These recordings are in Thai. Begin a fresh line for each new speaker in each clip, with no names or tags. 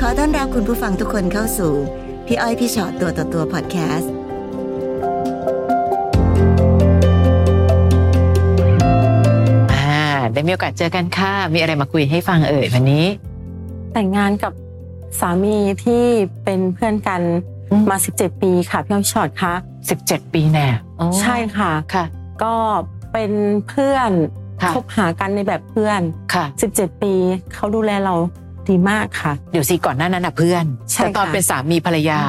ขอต้อนรับคุณผู้ฟังทุกคนเข้าสู่ พี่อ้อยพี่ชอตตัวต่อตัวพอดแคสต์
อ่าได้มีโอกาสเจอกันค่ะ มีอะไรมาคุยให้ฟังเอ่ยวันนี้
แต่งงานกับสามีที่เป็นเพื่อนกัน
อืม
มา 17 ปีค่ะพี่อ้อยพี่ชอตคะ
17 ปีแน่อ๋อ
ใช่ค่ะ
ค่ะ
ก็เป็นเพื่อน
ค่ะ
คบหากันในแบบเพื่อน
ค่ะ
17 ปีเขาดูแลเราดีมากค่ะ
เดี๋ยวสิก่อนหน้านั้นนะเพื่อน
ใช่
แต่ตอน
ค่ะ
เป็นสามีภรรยา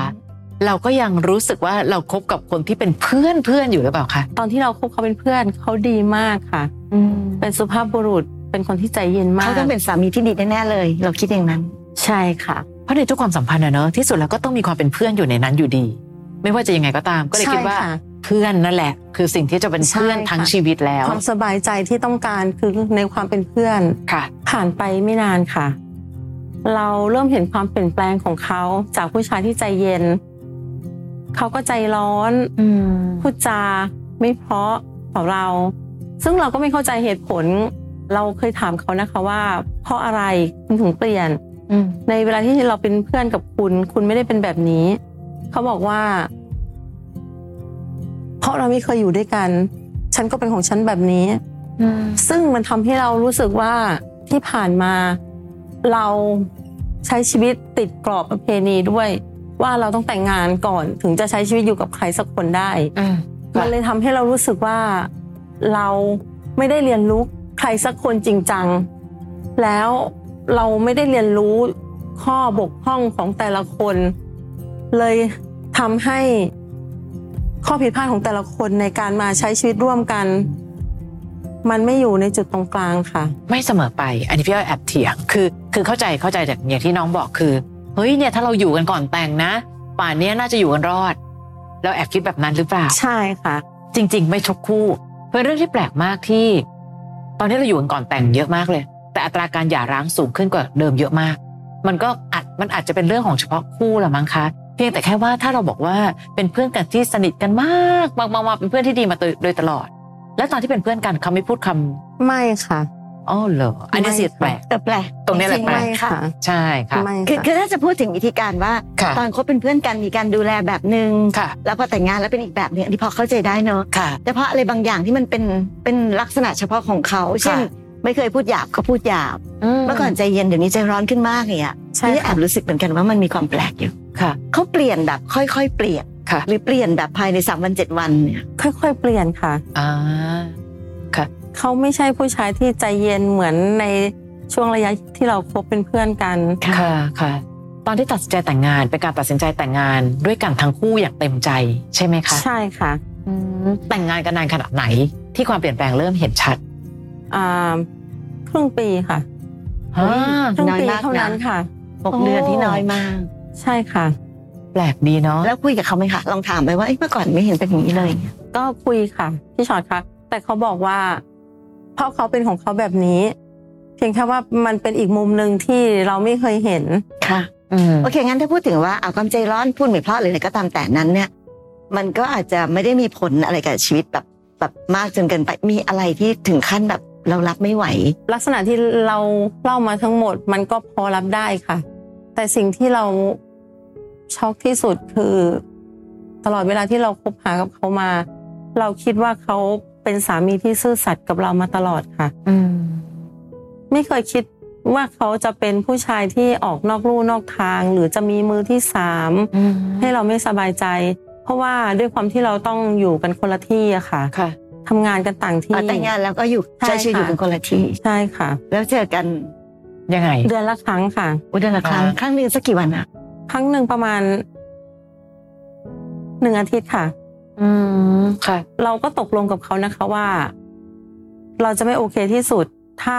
เราก็ยังรู้สึกว่าเราคบกับคนที่เป็นเพื่อนเพื่อนอยู่หรือเปล่าคะ
ตอนที่เราคบเขาเป็นเพื่อนเขาดีมากค่ะ เป็นสุภาพบุรุษเป็นคนที่ใจเย็นมาก
เขาต้องเป็นสามีที่ดีแน่ๆเลย เราคิดอย่างนั้น
ใช่ค่ะ
เพราะในทุกความสัมพันธ์อะเนอะที่สุดแล้วก็ต้องมีความเป็นเพื่อนอยู่ในนั้นอยู่ดี ไม่ว่าจะยังไงก็ตาม ก็เลย
ใช่
คิดว่า
ค่ะ
เพื่อนนั่นแหละ คือสิ่งที่จะเป็นเพื่อน
ใช่ค่ะ
ทั้งชีวิตแล้ว
ความสบายใจที่ต้องการคือในความเป็นเพื่อน
ค่ะ
ผ่านไปไม่นานค่ะ เราเริ่มเห็นความเปลี่ยนแปลงของเขาจากผู้ชายที่ใจเย็น เขาก็ใจร้อนพูดจาไม่เพราะต่อเรา ซึ่งเราก็ไม่เข้าใจเหตุผล เราเคยถามเขานะคะว่า เพราะอะไรคุณถึงเปลี่ยน ในเวลาที่เราเป็นเพื่อนกับคุณ คุณไม่ได้เป็นแบบนี้ เขาบอกว่า เพราะเราไม่เคยอยู่ด้วยกัน ฉันก็เป็นของฉันแบบนี้ ซึ่งมันทำให้เรารู้สึกว่าที่ผ่านมาเราใช้ชีวิตติดกรอบประเพณีด้วย ว่าเราต้องแต่งงานก่อนถึงจะใช้ชีวิตอยู่กับใครสักคนได้ มันเลยทำให้เรารู้สึกว่าเราไม่ได้เรียนรู้ใครสักคนจริงจัง แล้วเราไม่ได้เรียนรู้ข้อบกพร่องของแต่ละคน เลยทำให้ข้อผิดพลาดของแต่ละคนในการมาใช้ชีวิตร่วมกัน มันไม่อยู่ในจุดตรงกลางค่ะ
ไม่เสมอไป อันนี้พี่อ้อยแอบเถียง คือ คือเข้าใจ เข้าใจจากอย่างที่น้องบอกคือ เฮ้ย เนี่ย ถ้าเราอยู่กันก่อนแต่งนะ ป่านเนี้ยน่าจะอยู่กันรอด เราแอบคิดแบบนั้นหรือเปล่า
ใช่ค่ะ
จริง ๆ ไม่ทุกคู่ เป็นเรื่องที่แปลกมากที่ ตอนนี้เราอยู่กันก่อนแต่งเยอะมากเลย แต่อัตราการหย่าร้างสูงขึ้นกว่าเดิมเยอะมาก มันก็อาจมันอาจจะเป็นเรื่องของเฉพาะคู่ละมั้งคะ เพียงแต่แค่ว่าถ้าเราบอกว่าเป็นเพื่อนกันที่สนิทกันมากมากๆๆเป็นเพื่อนที่ดีมาโดยตลอด และตอนที่เป็นเพื่อนกันเขาไม่พูดคำ
ไม่ค่ะ
อ้อเหรอ อันนี้เสียแปลก
แต่แปลก
ตรงเนี้ยแหละ
จงๆ
ไม่
ไม่
ไม่
ค่ะ
ใช่ค่ะ
ไม่
คือคือถ้าจะพูดถึงวิธีการว่า
ค่ะ
ตอนคบเป็นเพื่อนกันมีการดูแลแบบหนึ่ง
ค่ะ
แล้วพอแต่งงานแล้วเป็นอีกแบบหนึงอันนี้พอเข้าใจได้เนอะ
ค่ะ
แต่เพราะอะไรบางอย่างที่มันเป็นเป็นลักษณะเฉพาะของเขาเช่นไม่เคยพูดหยาบเขาพูดหยาบเมื่อก่อนใจเย็นเดี๋ยวนี้ใจร้อนขึ้นมากอย่างเนี่ย
ใช่
นี่แอ
ค่ะ
บรู้สึกเหมือนกันว่ามันมีความแปลกอยู่
ค่ะ
เขาเปลี่ยนแบบค่อยๆ เปลี่ยน
ค่ะ
หรือเปลี่ยนแบบภายในสามวันเจ็ดวันเนี่ย
ค่อยๆเปลี่ยนค่ะ
อ่า
เขาไม่ใช่ผู้ชายที่ใจเย็นเหมือนในช่วงระยะที่เราคบเป็นเพื่อนกัน
ค่ะ ค่ะ ตอนที่ตัดสินใจแต่งงาน เป็นการตัดสินใจแต่งงานด้วยกันทั้งคู่อย่างเต็มใจใช่ไหมคะ
ใช่ค่ะ
อืมแต่งงานกันนานขนาดไหน ที่ความเปลี่ยนแปลงเริ่มเห็นชัด
อ่าครึ่งปีค่ะ
อ่า
ครึ่งปีเท่านั้นค่ะ
หกเดือนที่น้อยมาก
ใช่ค่ะ
แปลกดีเนาะ
แล้วคุยกับเขาไหมคะลองถามไปว่าเอ๊ะเมื่อก่อนไม่เห็นเป็นอย่างนี้เลย
ก็คุยค่ะพี่ชอตคะแต่เขาบอกว่า เพราะเขาเป็นของเขาแบบนี้ เพียงแค่ว่ามันเป็นอีกมุมหนึ่งที่เราไม่เคยเห็น
ค่ะ
อืม
โอเค งั้นถ้าพูดถึงว่าเอาความใจร้อนพูดไม่เพราะหรืออะไรก็ตามแต่นั้นเนี่ย มันก็อาจจะไม่ได้มีผลอะไรกับชีวิตแบบแบบมากจนเกินไปมีอะไรที่ถึงขั้นแบบเรารับไม่ไหว
ลักษณะที่เราเล่ามาทั้งหมดมันก็พอรับได้ค่ะ แต่สิ่งที่เราช็อกที่สุดคือ ตลอดเวลาที่เราคบหากับเขามา เราคิดว่าเขาเป็นสามีที่ซื่อสัตย์กับเรามาตลอดค่ะ
อืม
ไม่เคยคิดว่าเขาจะเป็นผู้ชายที่ออกนอกลู่นอกทาง หรือจะมีมือที่สาม
อืม
ให้เราไม่สบายใจ เพราะว่าด้วยความที่เราต้องอยู่กันคนละที่อะค่ะ
ค่ะ
ทำงานกันต่างที่
อ่ะแต่งงานแล้วก็อยู่
ใช่
ใช้ชีวิตอยู่กั
ค่ะ
นคนละที่
ใช่ค่ะ
แล้วเจอกัน
ยังไง
เดือนละครั้งค่ะ
อุยเดอนละครั้ง
อ่า
ครั้งหนึ่งสักกี่วันอะ
ครั้งหนึ่งประมาณหนึ่งอาทิตย์ค่ะ
อืมค่ะ
เราก็ตกลงกับเขานะคะว่า เราจะไม่โอเคที่สุด ถ้า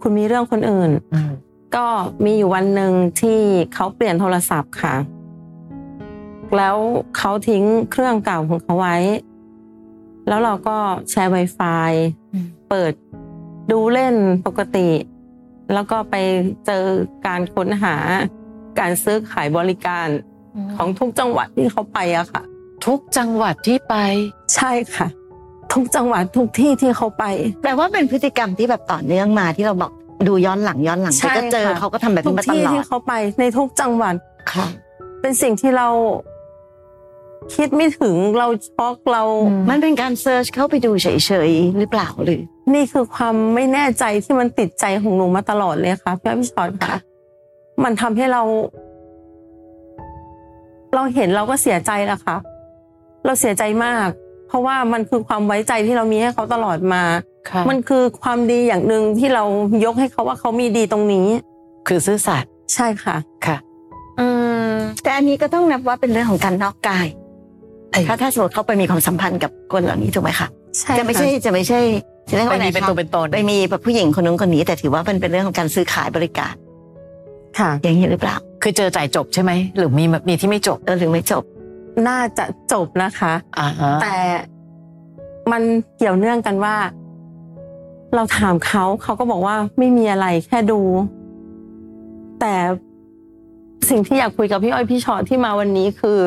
คุณมีเรื่องคนอื่น
อืม
ก็มีอยู่วันหนึ่งที่เขาเปลี่ยนโทรศัพท์ค่ะ แล้วเขาทิ้งเครื่องเก่าของเขาไว้ แล้วเราก็แชร์ Wi-Fi เปิดดูเล่นปกติ แล้วก็ไปเจอการค้นหา การซื้อขายบริการ ของทุกจังหวัดที่เขาไปอะค่ะ
ทุกจังหวัดที่ไป
ใช่ค่ะ ทุกจังหวัดทุกที่ที่เขาไป
แปลว่าเป็นพฤติกรรมที่แบบต่อเนื่องมาที่เราบอก ดูย้อนหลังย้อนหลัง
ใช่
ไปก็เจอ
ค่ะ
เขาก็ทำแบบ
ทุ
นี้
ก
มาต
ที่
ลอ
ที่
ด
เขาไปในทุกจังหวัด
ค่ะ
เป็นสิ่งที่เรา คิดไม่ถึงเราช็อกเรา
มันเป็นการเซิร์ชเข้าไปดูเฉยๆหรือเปล่าหรือ
นี่คือความไม่แน่ใจที่มันติดใจของหนูมาตลอดเลยค่ะพี่อ้อยพี่ชอตค่ะ
ค่ะ
มันทำให้เรา เราเห็นเราก็เสียใจละค่ะ เราเสียใจมาก เพราะว่ามันคือความไว้ใจที่เรามีให้เขาตลอดมา
ค่ะ
มันคือความดีอย่างหนึ่งที่เรายกให้เขาว่าเขามีดีตรงนี้
คือซื่อสัตย์
ใช่ค่ะ
ค่ะ อืม
แต่อันนี้ก็ต้องนับว่าเป็นเรื่องของการนอกกาย
เออ
ถ้าถ้าสมมติเขาไปมีความสัมพันธ์กับคนเหล่านี้ถูกไหมคะ
ใช่ค่
จะไม่ใช่จะไม่ใช่จะเรียก
ไป
ว่าอะ
มี
ไร
เป็นตัวเป็นตน
ไปมีแบบผู้หญิงคนนู้นคนนี้ แต่ถือว่ามันเป็นเรื่องของการซื้อขายบริการ
ค่ะ
อย่างนี้หรือเปล่า
คือเจอจ่ายจบใช่ไหม หรือมีมีที่ไม่จบ
เออหรือไม่จบ
น่าจะจบนะคะ
อ่าฮะ
แต่มันเกี่ยวเนื่องกันว่า เราถามเขาเขาก็บอกว่าไม่มีอะไรแค่ดู แต่สิ่งที่อยากคุยกับพี่อ้อยพี่ชอตที่มาวันนี้คือ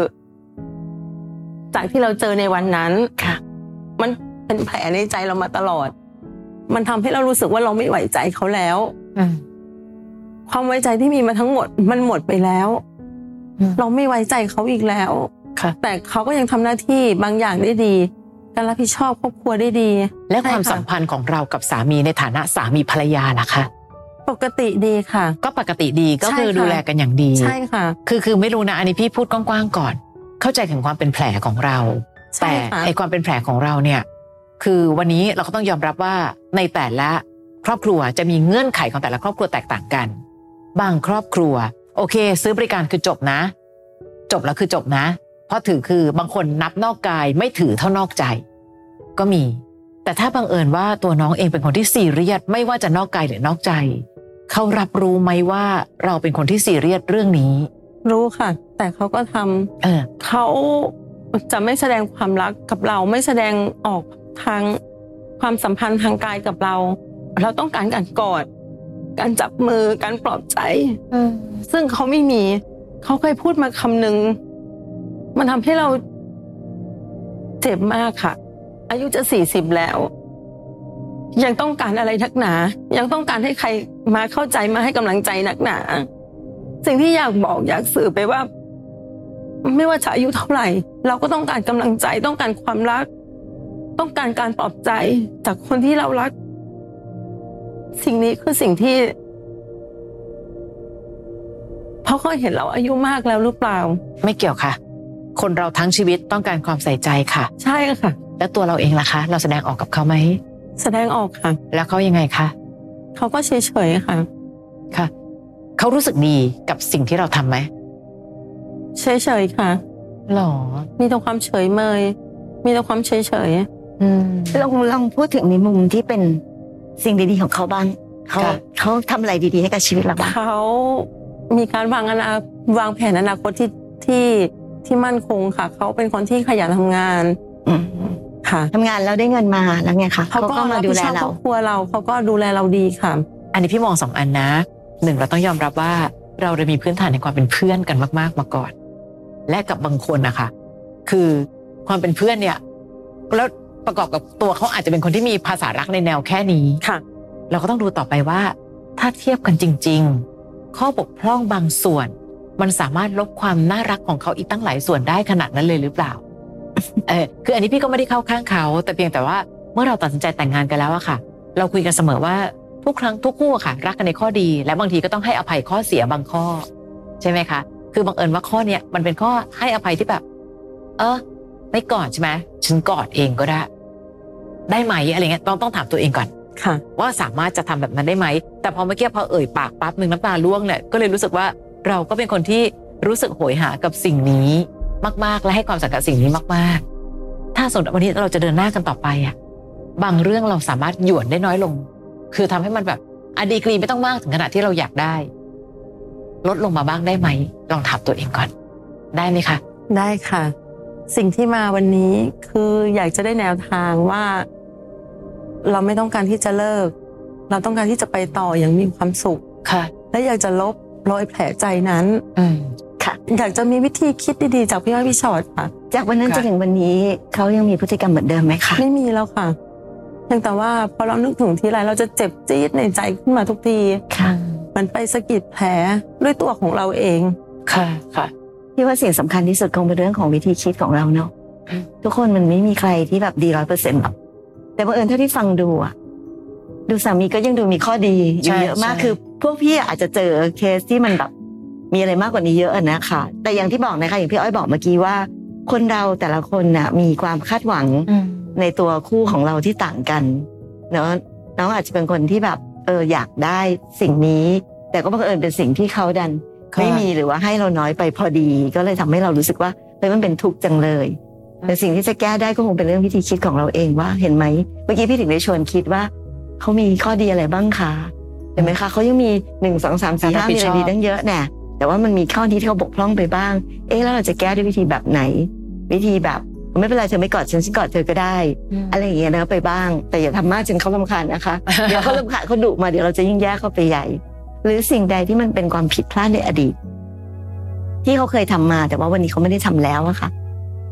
จากที่เราเจอในวันนั้น
ค่ะ
มันเป็นแผลในใจเรามาตลอด มันทำให้เรารู้สึกว่าเราไม่ไหวใจเขาแล้ว
อืม
ความไว้ใจที่มีมาทั้งหมด มันหมดไปแล้ว
อืม
เราไม่ไว้ใจเขาอีกแล้ว
ค่ะ
แต่เขาก็ยังทำหน้าที่บางอย่างได้ดี การรับผิดชอบครอบครัวได้ดี
และความ
ใช่ค่ะ
สัมพันธ์ของเรากับสามีในฐานะสามีภรรยาล่ะคะ
ปกติดีค่ะ
ก็ปกติดีก็คือ
ใช่ค่ะ
ดูแลกันอย่างดี
ใช่ค่ะ
คือคือไม่รู้นะอันนี้พี่พูดกว้างๆก่อน เข้าใจถึงความเป็นแผลของเรา
ใช่
แต่
ค่ะ
ไอความเป็นแผลของเราเนี่ย คือวันนี้เราก็ต้องยอมรับว่าในแต่ละครอบครัวจะมีเงื่อนไขของแต่ละครอบครัวแตกต่างกัน บางครอบครัว โอเค ซื้อบริการคือจบนะ จบแล้วคือจบนะ เพราะถือคือบางคนนับนอกกายไม่ถือเท่านอกใจ ก็มี แต่ถ้าบังเอิญว่าตัวน้องเองเป็นคนที่ซีเรียสไม่ว่าจะนอกกายหรือนอกใจ เขารับรู้ไหมว่าเราเป็นคนที่ซีเรียสเรื่องนี้
รู้ค่ะ แต่เขาก็ทำ
เออ
เขาจะไม่แสดงความรักกับเราไม่แสดงออกทางความสัมพันธ์ทางกายกับเรา เราต้องการการกอด การจับมือการปลอบใจ ซึ่งเขาไม่มี เขาเคยพูดมาคำหนึ่ง มันทำให้เราเจ็บมากค่ะ อายุจะสี่สิบแล้ว ยังต้องการอะไรนักหนา ยังต้องการให้ใครมาเข้าใจมาให้กำลังใจนักหนา สิ่งที่อยากบอกอยากสื่อไปว่า ไม่ว่าจะอายุเท่าไหร่ เราก็ต้องการกำลังใจ ต้องการความรัก ต้องการการปลอบใจจากคนที่เรารัก สิ่งนี้คือสิ่งที่ เพราะเขาเห็นเราอายุมากแล้วหรือเปล่า
ไม่เกี่ยวค่ะ คนเราทั้งชีวิตต้องการความใส่ใจค่ะ
ใช่ค่ะ
แล้วตัวเราเองล่ะคะ เราแสดงออกกับเขาไหม
แสดงออกค่ะ
แล้วเขายังไงคะ
เขาก็เฉยๆค่ะ
ค่ะ เขารู้สึกดีกับสิ่งที่เราทำไหม
เฉยๆค่ะ
หรอ
มีแต่ความเฉยเมย มีแต่ความเฉย
อืม
ลองลองพูดถึงในมุมที่เป็นสิ่งดีๆของเขาบ้างเขา
ค่ะ
เขาทำอะไรดีๆให้กับชีวิตเราบ้าง
ๆ เขามีการวางอนาควางแผนอนาคตที่ที่ที่มั่นคงค่ะ เขาเป็นคนที่ขยันทำงาน
อืม
ค่ะ
ทำงานแล้วได้เงินมาแล้วไงคะ
เขา
เขา
ก็
ก็มา
รับ
ดู
ผิด
แล
ชอบค
เรา
รอบครัวเรา เขาก็ดูแลเราดีค่ะ
อันนี้พี่มองสองอันนะหนึ่งเราต้องยอมรับว่าเราได้มีพื้นฐานในความเป็นเพื่อนกันมาก ๆ มาก่อน และกับบางคนนะคะ คือความเป็นเพื่อนเนี่ย แล้วประกอบกับตัวเขาอาจจะเป็นคนที่มีภาษารักในแนวแค่นี้
ค่ะ
เราก็ต้องดูต่อไปว่า ถ้าเทียบกันจริง ๆ ข้อบกพร่องบางส่วน มันสามารถลบความน่ารักของเขาอีกตั้งหลายส่วนได้ขนาดนั้นเลยหรือเปล่า เออคืออันนี้พี่ก็ไม่ได้เข้าข้างเขา แต่เพียงแต่ว่าเมื่อเราตัดสินใจแต่งงานกันแล้วอะค่ะ เราคุยกันเสมอว่าทุกครั้งทุกคู่อะค่ะ รักกันในข้อดี และบางทีก็ต้องให้อภัยข้อเสียบางข้อ ใช่ไหมคะ คือบังเอิญว่าข้อเนี้ยมันเป็นข้อให้อภัยที่แบบ เออไม่กอดใช่ไหมฉันกอดเองก็ได้ ได้ไหมอะไรเงี้ยต้องต้องถามตัวเองก่อน
ค่ะ
ว่าสามารถจะทำแบบนั้นได้ไหม แต่พอเมื่อกี้พอเอ่ยปากปั๊บหนึ่งน้ำตาร่วงเนี่ยก็เลยรู้สึกว่าเราก็เป็นคนที่รู้สึกโหยหากับสิ่งนี้มาก ๆ และให้ความสำคัญกับสิ่งนี้มาก ๆ ถ้าสมมติวันนี้เราจะเดินหน้ากันต่อไปอะบางเรื่องเราสามารถหยวนได้น้อยลง คือทำให้มันแบบอะดีกรีไม่ต้องมากถึงขนาดที่เราอยากได้ ลดลงมาบ้างได้ไหม ลองถามตัวเองก่อน ได้ไหมคะ
ได้ค่ะ สิ่งที่มาวันนี้คืออยากจะได้แนวทางว่า เราไม่ต้องการที่จะเลิก เราต้องการที่จะไปต่ออย่างมีความสุข
ค่ะ
และอยากจะลบรอยแผลใจนั้น
อืม
อยากจะมีวิธีคิดดีๆจากพี่อ้อยพี่ชอตค่ะ
จากวันนั้น
ค่ะ
จนถึงวันนี้เขายังมีพฤติกรรมเหมือนเดิมไหมคะ
ไม่มีแล้วค่ะ เพียงแต่ว่าพอเรานึกถึงทีไรเราจะเจ็บจี๊ดในใจขึ้นมาทุกที
ค่ะ
มันไปสะกิดแผลด้วยตัวของเราเอง
ค่ะค่ะ
พี่ว่าสิ่งสำคัญที่สุดคงเป็นเรื่องของวิธีคิดของเราเนาะ
อืม
ทุกคนมันไม่มีใครที่แบบดีร้อยเปอร์เซ็นต์หรอกแต่บังเอิญเท่าที่ฟังดูอะดูสามีก็ยังดูมีข้อดีอยู่เยอะมากคือ พวกพี่อาจจะเจอเคสที่มันแบบมีอะไรมากกว่านี้เยอะอะนะคะแต่อย่างที่บอกนะคะอย่างพี่อ้อยบอกเมื่อกี้ว่า คนเราแต่ละคนน่ะ มีความคาดหวัง ในตัวคู่ของเราที่ต่างกันเนาะน้องอาจจะเป็นคนที่แบบเอออยากได้สิ่งนี้ แต่ก็บังเอิญเป็นสิ่งที่เขาดัน
ค่ะ
ไม่มีหรือว่าให้เราน้อยไปพอดี ก็เลยทำให้เรารู้สึกว่าเฮ้ยมันเป็นทุกข์จังเลย แต่สิ่งที่จะแก้ได้ก็คงเป็นเรื่องวิธีคิดของเราเองว่าเห็นไหมเมื่อกี้พี่ถึงได้ชวนคิดว่าเขามีข้อดีอะไรบ้างคะเห็นไหมคะเขายังมีหนึ่งสองสามสี่ห้ามีอะไรดีตั้งเยอะแน่แต่ว่ามันมีข้อที่ที่เขาบกพร่องไปบ้าง เอ๊ะแล้วเราจะแก้ด้วยวิธีแบบไหน วิธีแบบไม่เป็นไรเธอไม่กอดฉันฉันกอดเธอก็ได้ อะไรอย่างเงี้ยนะไปบ้าง แต่อย่าทำมากจนเขาลำคาญนะคะ เดี๋ยวเขาลำคาญเขาดุมาเดี๋ยวเราจะยิ่งแย่เข้าไปใหญ่ หรือสิ่งใดที่มันเป็นความผิดพลาดในอดีต ที่เขาเคยทำมาแต่ว่าวันนี้เขาไม่ได้ทำแล้วอะค่ะ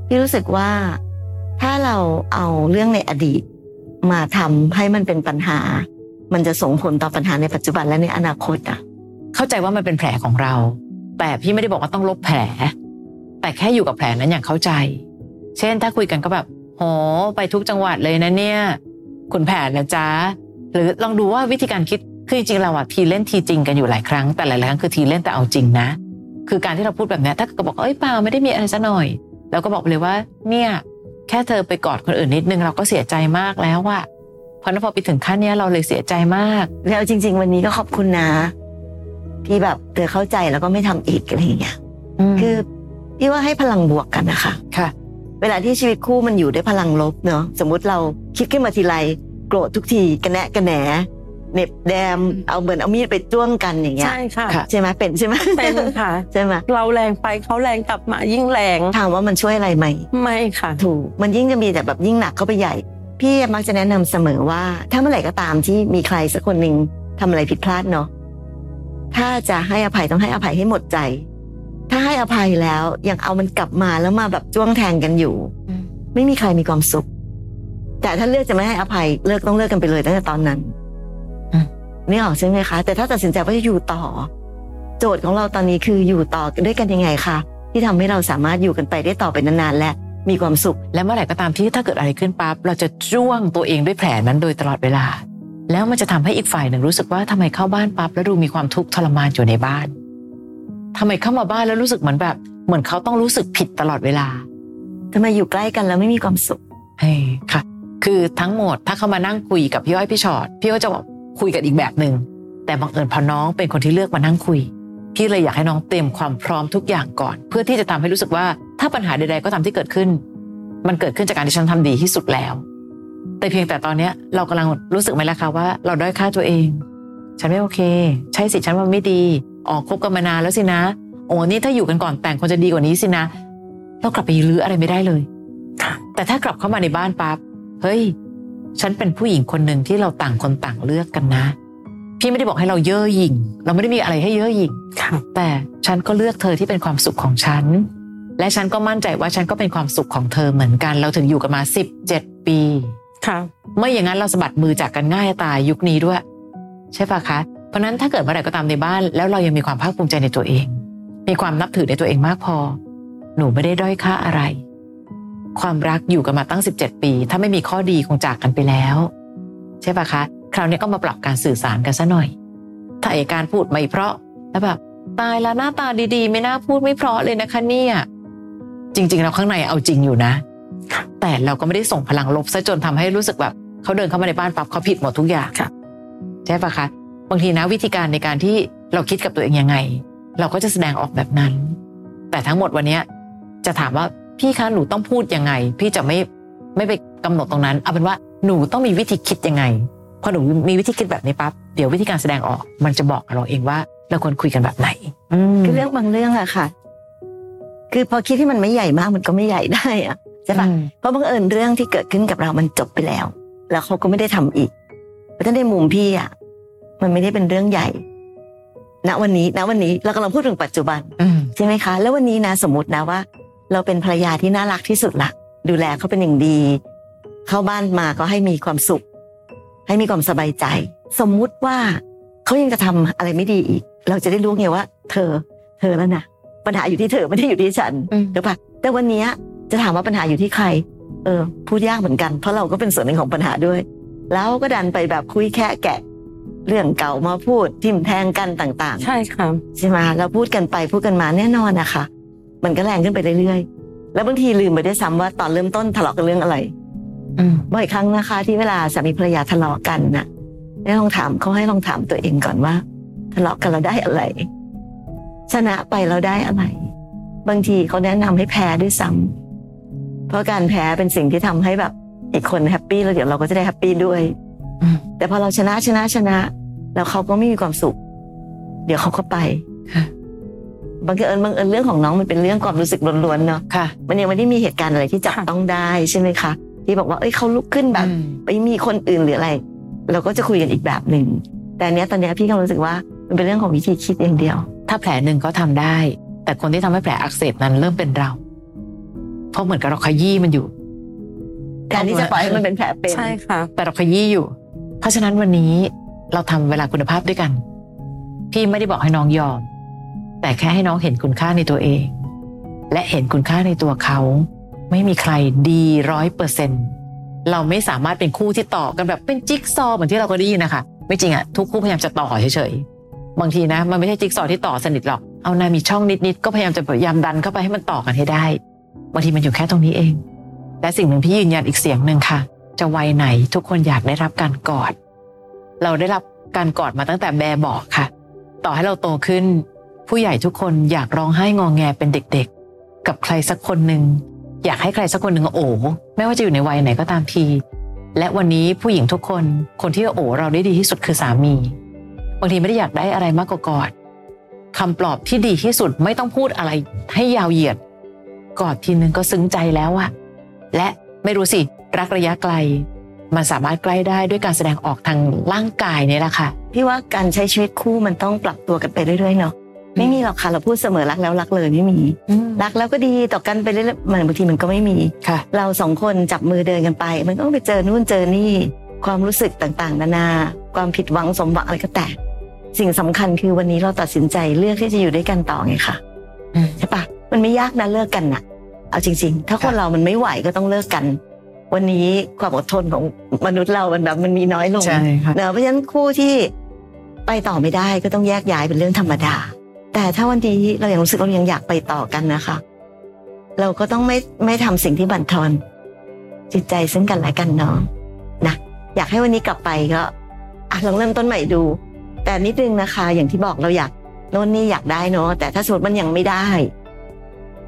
พี่รู้สึกว่าถ้าเราเอาเรื่องในอดีต มาทำให้มันเป็นปัญหา มันจะส่งผลต่อปัญหาในปัจจุบันและในอนาคตอะ
เข้าใจว่ามันเป็นแผลของเรา แต่พี่ไม่ได้บอกว่าต้องลบแผล แต่แค่อยู่กับแผลนั้นอย่างเข้าใจ เช่นถ้าคุยกันก็แบบโหไปทุกจังหวัดเลยนะเนี่ย คุณแผนนะจ๊ะ หรือลองดูว่าวิธีการคิด คือจริงๆเราอะทีเล่นทีจริงกันอยู่หลายครั้ง แต่หลายครั้งคือทีเล่นแต่เอาจริงนะ คือการที่เราพูดแบบเนี้ยถ้าเก็บอกเอ้ยเปล่าไม่ได้มีอะไรซะหน่อย แล้วก็บอกไปเลยว่า เนี่ย แค่เธอไปกอดคนอื่นนิดนึงเราก็เสียใจมากแล้วอะเพราะนั้นพอไปถึงขั้นเนี้ยเราเลยเสียใจมาก
แล้วจริง ๆ วันนี้ก็ขอบคุณนะ ที่แบบเธอเข้าใจแล้วก็ไม่ทำอีกอะไรอย่างเงี้ย คือพี่ว่าให้พลังบวกกันนะคะ
ค่ะ
เวลาที่ชีวิตคู่มันอยู่ด้วยพลังลบเนาะสมมุติเราคิดขึ้นมาทีไรโกรธทุกทีกระแนะกระแหนเหน็บแดม
อืม
เอาเหมือนเอามีดไปจ้วงกันอย่างเงี้ย
ใช่ค่ะ
ค่ะ
ใช่ไหมเป็นใช่ไหม
เป็นค่ะ
ใช่ไหม
เราแรงไปเขาแรงกลับมายิ่งแรง
ถามว่ามันช่วยอะไรไหม
ไม่ค่ะ
ถูกมันยิ่งจะมีแต่แบบยิ่งหนักเข้าไปใหญ่ พี่มักจะแนะนำเสมอว่า ถ้าเมื่อไหร่ก็ตามที่มีใครสักคนหนึ่งทำอะไรผิดพลาดเนาะถ้าจะให้อภัยต้องให้อภัยให้หมดใจ ถ้าให้อภัยแล้วยังเอามันกลับมาแล้วมาแบบจ้วงแทงกันอยู่
อืม
ไม่มีใครมีความสุข แต่ถ้าเลือกจะไม่ให้อภัยเลิกต้องเลิกกันไปเลยตั้งแต่ตอนนั้น
อืม
นี่ออกใช่ไหมคะ แต่ถ้าตัดสินใจว่าจะอยู่ต่อ โจทย์ของเราตอนนี้คืออยู่ต่อด้วยกันยังไงคะที่ทำให้เราสามารถอยู่กันไปได้ต่อไปนานๆและมีความสุข
และเมื่อไหร่ก็ตามที่ถ้าเกิดอะไรขึ้นปั๊บเราจะจ้วงตัวเองด้วยแผลนั้นโดยตลอดเวลา แล้วมันจะทำให้อีกฝ่ายหนึ่งรู้สึกว่าทำไมเข้าบ้านปั๊บแล้วดูมีความทุกข์ทรมานอยู่ในบ้านทำไมเข้ามาบ้านแล้วรู้สึกเหมือนแบบ เหมือนเขาต้องรู้สึกผิดตลอดเวลา
ทำไมอยู่ใกล้กันแล้วไม่มีความสุข
เฮ้ค่ะ คือทั้งหมดถ้าเขามานั่งคุยกับพี่อ้อยพี่ชอดพี่ก็จะบอกคุยกันอีกแบบหนึ่งแต่บังเอิญพอน้องเป็นคนที่เลือกมานั่งคุย พี่เลยอยากให้น้องเตรียมความพร้อมทุกอย่างก่อน เพื่อที่จะทำให้รู้สึกว่าถ้าปัญหาใดๆก็ตามที่เกิดขึ้น มันเกิดขึ้นจากการที่ฉันทำดีที่สุดแล้ว แต่เพียงแต่ตอนเนี้ยเรากำลังรู้สึกไหมล่ะคะว่า เราด้อยค่าตัวเอง ฉันไม่โอเค ใช่สิฉันมันไม่ดีออกคบกันมานานแล้วสินะ โอ้นี่ถ้าอยู่กันก่อนแต่งคงจะดีกว่านี้สินะเรากลับไปรื้ออะไรไม่ได้เลย แต่ถ้ากลับเข้ามาในบ้านปั๊บ เฮ้ย ฉันเป็นผู้หญิงคนหนึ่งที่เราต่างคนต่างเลือกกันนะ พี่ไม่ได้บอกให้เราเย่อหยิ่ง เราไม่ได้มีอะไรให้เย่อหยิ่ง
ค่ะ
แต่ฉันก็เลือกเธอที่เป็นความสุขของฉัน และฉันก็มั่นใจว่าฉันก็เป็นความสุขของเธอเหมือนกัน เราถึงอยู่กันมา 17 ปี
ค่ะ
ไม่อย่างนั้นเราสะบัดมือจากกันง่ายตายยุคนี้ด้วย ใช่ปะคะ เพราะฉะนั้นถ้าเกิดเมื่อไหร่ก็ตามในบ้าน แล้วเรายังมีความภาคภูมิใจในตัวเอง มีความนับถือในตัวเองมากพอ หนูไม่ได้ด้อยค่าอะไร ความรักอยู่กันมาตั้ง 17 ปี ถ้าไม่มีข้อดีคงจากกันไปแล้ว ใช่ปะคะ คราวนี้ก็มาปรับการสื่อสารกันซะหน่อย ถ้าเอกการพูดไม่เพราะแล้วแบบตายแล้วหน้าตาดีๆ ไม่น่าพูดไม่เพราะเลยนะคะเนี่ยจริงๆเราข้างในเอาจริงอยู่นะ แต่เราก็ไม่ได้ส่งพลังลบซะจนทำให้รู้สึกแบบเขาเดินเข้ามาในบ้านปั๊บเขาผิดหมดทุกอย่าง
ค่ะ
ใช่ปะคะ บางทีนะวิธีการในการที่เราคิดกับตัวเองยังไง เราก็จะแสดงออกแบบนั้น แต่ทั้งหมดวันเนี้ยจะถามว่าพี่คะหนูต้องพูดยังไง พี่จะไม่ไม่ไปกำหนดตรงนั้น เอาเป็นว่าหนูต้องมีวิธีคิดยังไงพอหนูมีวิธีคิดแบบนี้ปั๊บเดี๋ยววิธีการแสดงออก มันจะบอกกับเราเองว่าเราควรคุยกันแบบไหน
คือเรื่องบางเรื่องอะค่ะ คือพอคิดที่มันไม่ใหญ่มากมันก็ไม่ใหญ่ได้อะใช่ปะ
อืม
เพราะบังเอิญเรื่องที่เกิดขึ้นกับเรามันจบไปแล้ว แล้วเขาก็ไม่ได้ทำอีก เพราะฉะนั้นในมุมพี่อะมันไม่ได้เป็นเรื่องใหญ่ ณวันนี้ ณวันนี้เรากำลังพูดถึงปัจจุบัน
อืม
ใช่ไหมคะ แล้ววันนี้นะสมมตินะว่า เราเป็นภรรยาที่น่ารักที่สุดละดูแลเขาเป็นอย่างดี เข้าบ้านมาก็ให้มีความสุข ให้มีความสบายใจ สมมุติว่าเขายังจะทำอะไรไม่ดีอีก เราจะได้รู้ไงว่า เธอ เธอแล้วนะปัญหาอยู่ที่เธอไม่ได้อยู่ที่ฉัน
อืม
เดี๋ยวปะแต่วันเนี้ยจะถามว่าปัญหาอยู่ที่ใคร เออ พูดยากเหมือนกัน เพราะเราก็เป็นส่วนหนึ่งของปัญหาด้วย แล้วก็ดันไปแบบคุยแค่แกะ เรื่องเก่ามาพูดทิมแทงกันต่างๆ
ใช่ค่ะ
ใช่ไหมเราพูดกันไปพูดกันมาแน่นอนนะคะ มันก็แรงขึ้นไปเรื่อยๆ แล้วบางทีลืมไปได้วยซ้ำว่าตอนเริ่มต้นทะเลาะกันเรื่องอะไร
อืม
บ่อยครั้งนะคะ ที่เวลาสามีภรรยาทะเลาะกันนะให้ลองถามเขาให้ลองถามตัวเองก่อนว่า ทะเลาะกันเราได้อะไร ชนะไปเราได้อะไร บางทีเขาแนะนำให้แพ้ด้วยซ้ำเพราะการแพ้เป็นสิ่งที่ทำให้แบบอีกคนแฮปปี้แล้วเดี๋ยวเราก็จะได้แฮปปี้ด้วย
อืม
แต่พอเราชนะชนะชนะ แล้วเขาก็ไม่มีความสุข เดี๋ยวเขาก็ไป
ค่ะ
บังเอิญบังเอิญเรื่องของน้องมันเป็นเรื่องความรู้สึกล้วนๆเนาะ
ค่ะ
มันยังไม่ได้มีเหตุการณ์อะไรที่จับ
ค่ะ
ต้องได้ใช่ไหมคะ ที่บอกว่าเอ้ยเขาลุกขึ้นแบบ
อืม
ไปมีคนอื่นหรืออะไร เราก็จะคุยกันอีกแบบหนึ่ง แต่อันเนี้ยตอนเนี้ยพี่ก็รู้สึกว่ามันเป็นเรื่องของวิธีคิดอย่างเดียว
ถ้าแผลหนึ่งก็ทำได้ แต่คนที่ทำให้แผลอักเสบนั้นเริ่มเป็นเรา เพราะเหมือนกับเราขยี้มันอยู่
แทนที่จะปล่อยให้มันเป็นแผลเป็น
ใช่ค่ะ
แต่เราขยี้อยู่ เพราะฉะนั้นวันนี้เราทำเวลาคุณภาพด้วยกัน พี่ไม่ได้บอกให้น้องยอม แต่แค่ให้น้องเห็นคุณค่าในตัวเอง และเห็นคุณค่าในตัวเขา ไม่มีใครดีร้อยเปอร์เซ็นเราไม่สามารถเป็นคู่ที่ต่อกันแบบเป็นจิ๊กซอว์เหมือนที่เราเคยได้ยินนะคะ ไม่จริงอะทุกคู่พยายามจะต่อเฉยๆ บางทีนะ มันไม่ใช่จิ๊กซอว์ที่ต่อสนิทหรอก เอานามีช่องนิดๆ ก็พยายามจะพยายามดันเข้าไปให้มันต่อกันให้ได้ บางทีมันอยู่แค่ตรงนี้เอง และสิ่งหนึ่งพี่ยืนยันอีกเสียงหนึ่งค่ะ จะวัยไหนทุกคนอยากได้รับการกอด เราได้รับการกอดมาตั้งแต่แบบเบอกค่ะ ต่อให้เราโตขึ้น ผู้ใหญ่ทุกคนอยากร้องไห้งองแงเป็นเด็กๆ กับใครสักคนหนึ่งอยากให้ใครสักคนหนึ่งโอบไม่ว่าจะอยู่ในวัยไหนก็ตามที และวันนี้ผู้หญิงทุกคนคนที่โอบเราได้ดีที่สุดคือสามีบางทีไม่ได้อยากได้อะไรมากกว่ากอดคำปลอบที่ดีที่สุดไม่ต้องพูดอะไรให้ยาวเหยียด กอดทีนึงก็ซึ้งใจแล้วอะและไม่รู้สิรักระยะไกล มันสามารถใกล้ได้ด้วยการแสดงออกทางร่างกายเนี่ยแหละค่ะ
พี่ว่าการใช้ชีวิตคู่มันต้องปรับตัวกันไปเรื่อยๆเนาะไม่มีหรอกค่ะเราพูดเสมอรักแล้วรักเลยไม่มี รักแล้วก็ดีต่อกันไปเรื่อยๆมันบางทีมันก็ไม่มี
ค่ะ
เราสองคนจับมือเดินกันไป มันก็ไปเจอนู่นเจอนี่ ความรู้สึกต่างๆ นานา ความผิดหวังสมหวังอะไรก็แต่ สิ่งสำคัญคือวันนี้เราตัดสินใจเลือกที่จะอยู่ด้วยกันต่อไงค่ะ
อืม
ใช่ปะมันไม่ยากนะเลิกกันน่ะ เอาจริง ๆ ถ้าคนเรามันไม่ไหวก็ต้องเลิกกัน วันนี้ความอดทนของมนุษย์เรามันแบบมันมีน้อยลง
ใช่ค่ะ
เนอะเพราะฉะนั้นคู่ที่ไปต่อไม่ได้ก็ต้องแยกย้ายเป็นเรื่องธรรมดา แต่ถ้าวันนี้เรายังรู้สึกเรายังอยากไปต่อกันนะคะ เราก็ต้องไม่ไม่ทำสิ่งที่บั่นทอน จิตใจซึ่งกันและกันเนาะนะอยากให้วันนี้กลับไปก็อ่ะลองเริ่มต้นใหม่ดู แต่นิดนึงนะคะ อย่างที่บอกเราอยากโน่นนี่อยากได้เนาะแต่ถ้าสมมติมันยังไม่ได้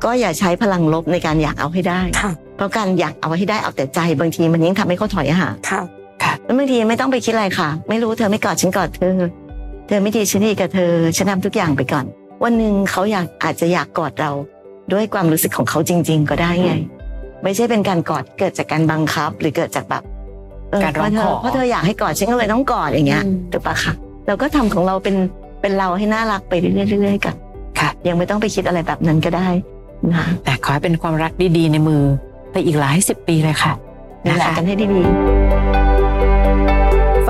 ก็อย่าใช้พลังลบในการอยากเอาให้ได้
ค่ะ
เพราะการอยากเอาให้ได้เอาแต่ใจบางทีมันยิ่งทำให้เขาถอยห่าง
ค่ะ
แล้วบางทีไม่ต้องไปคิดอะไรค่ะ ไม่รู้เธอไม่กอดฉันกอดเธอ เธอไม่ดีฉันดีกับเธอฉันทำทุกอย่างไปก่อน วันหนึ่งเขาอยากอาจจะอยากกอดเรา ด้วยความรู้สึกของเขาจริง ๆ ก็ได้ไง ไม่ใช่เป็นการกอดเกิดจากการบังคับ หรือเกิดจากแบบเ
การร้อง
เพะเธ
ขอ
เพราะเธออยากให้กอดฉันก็เลยต้องกอดอย่างเงี้ย
อืม
ถูกปะคะเราก็ทำของเราเป็นเป็นเราให้น่ารักไปเรื่อยๆกัน
ค่ะ
ยังไม่ต้องไปคิดอะไรแบบนั้นก็ได้นะคะ
แต่ขอให้เป็นความรักดีๆในมือไปอีกหลายสิบปีเลยค่ะ
ดูแลกันให้ดีๆ
ฟ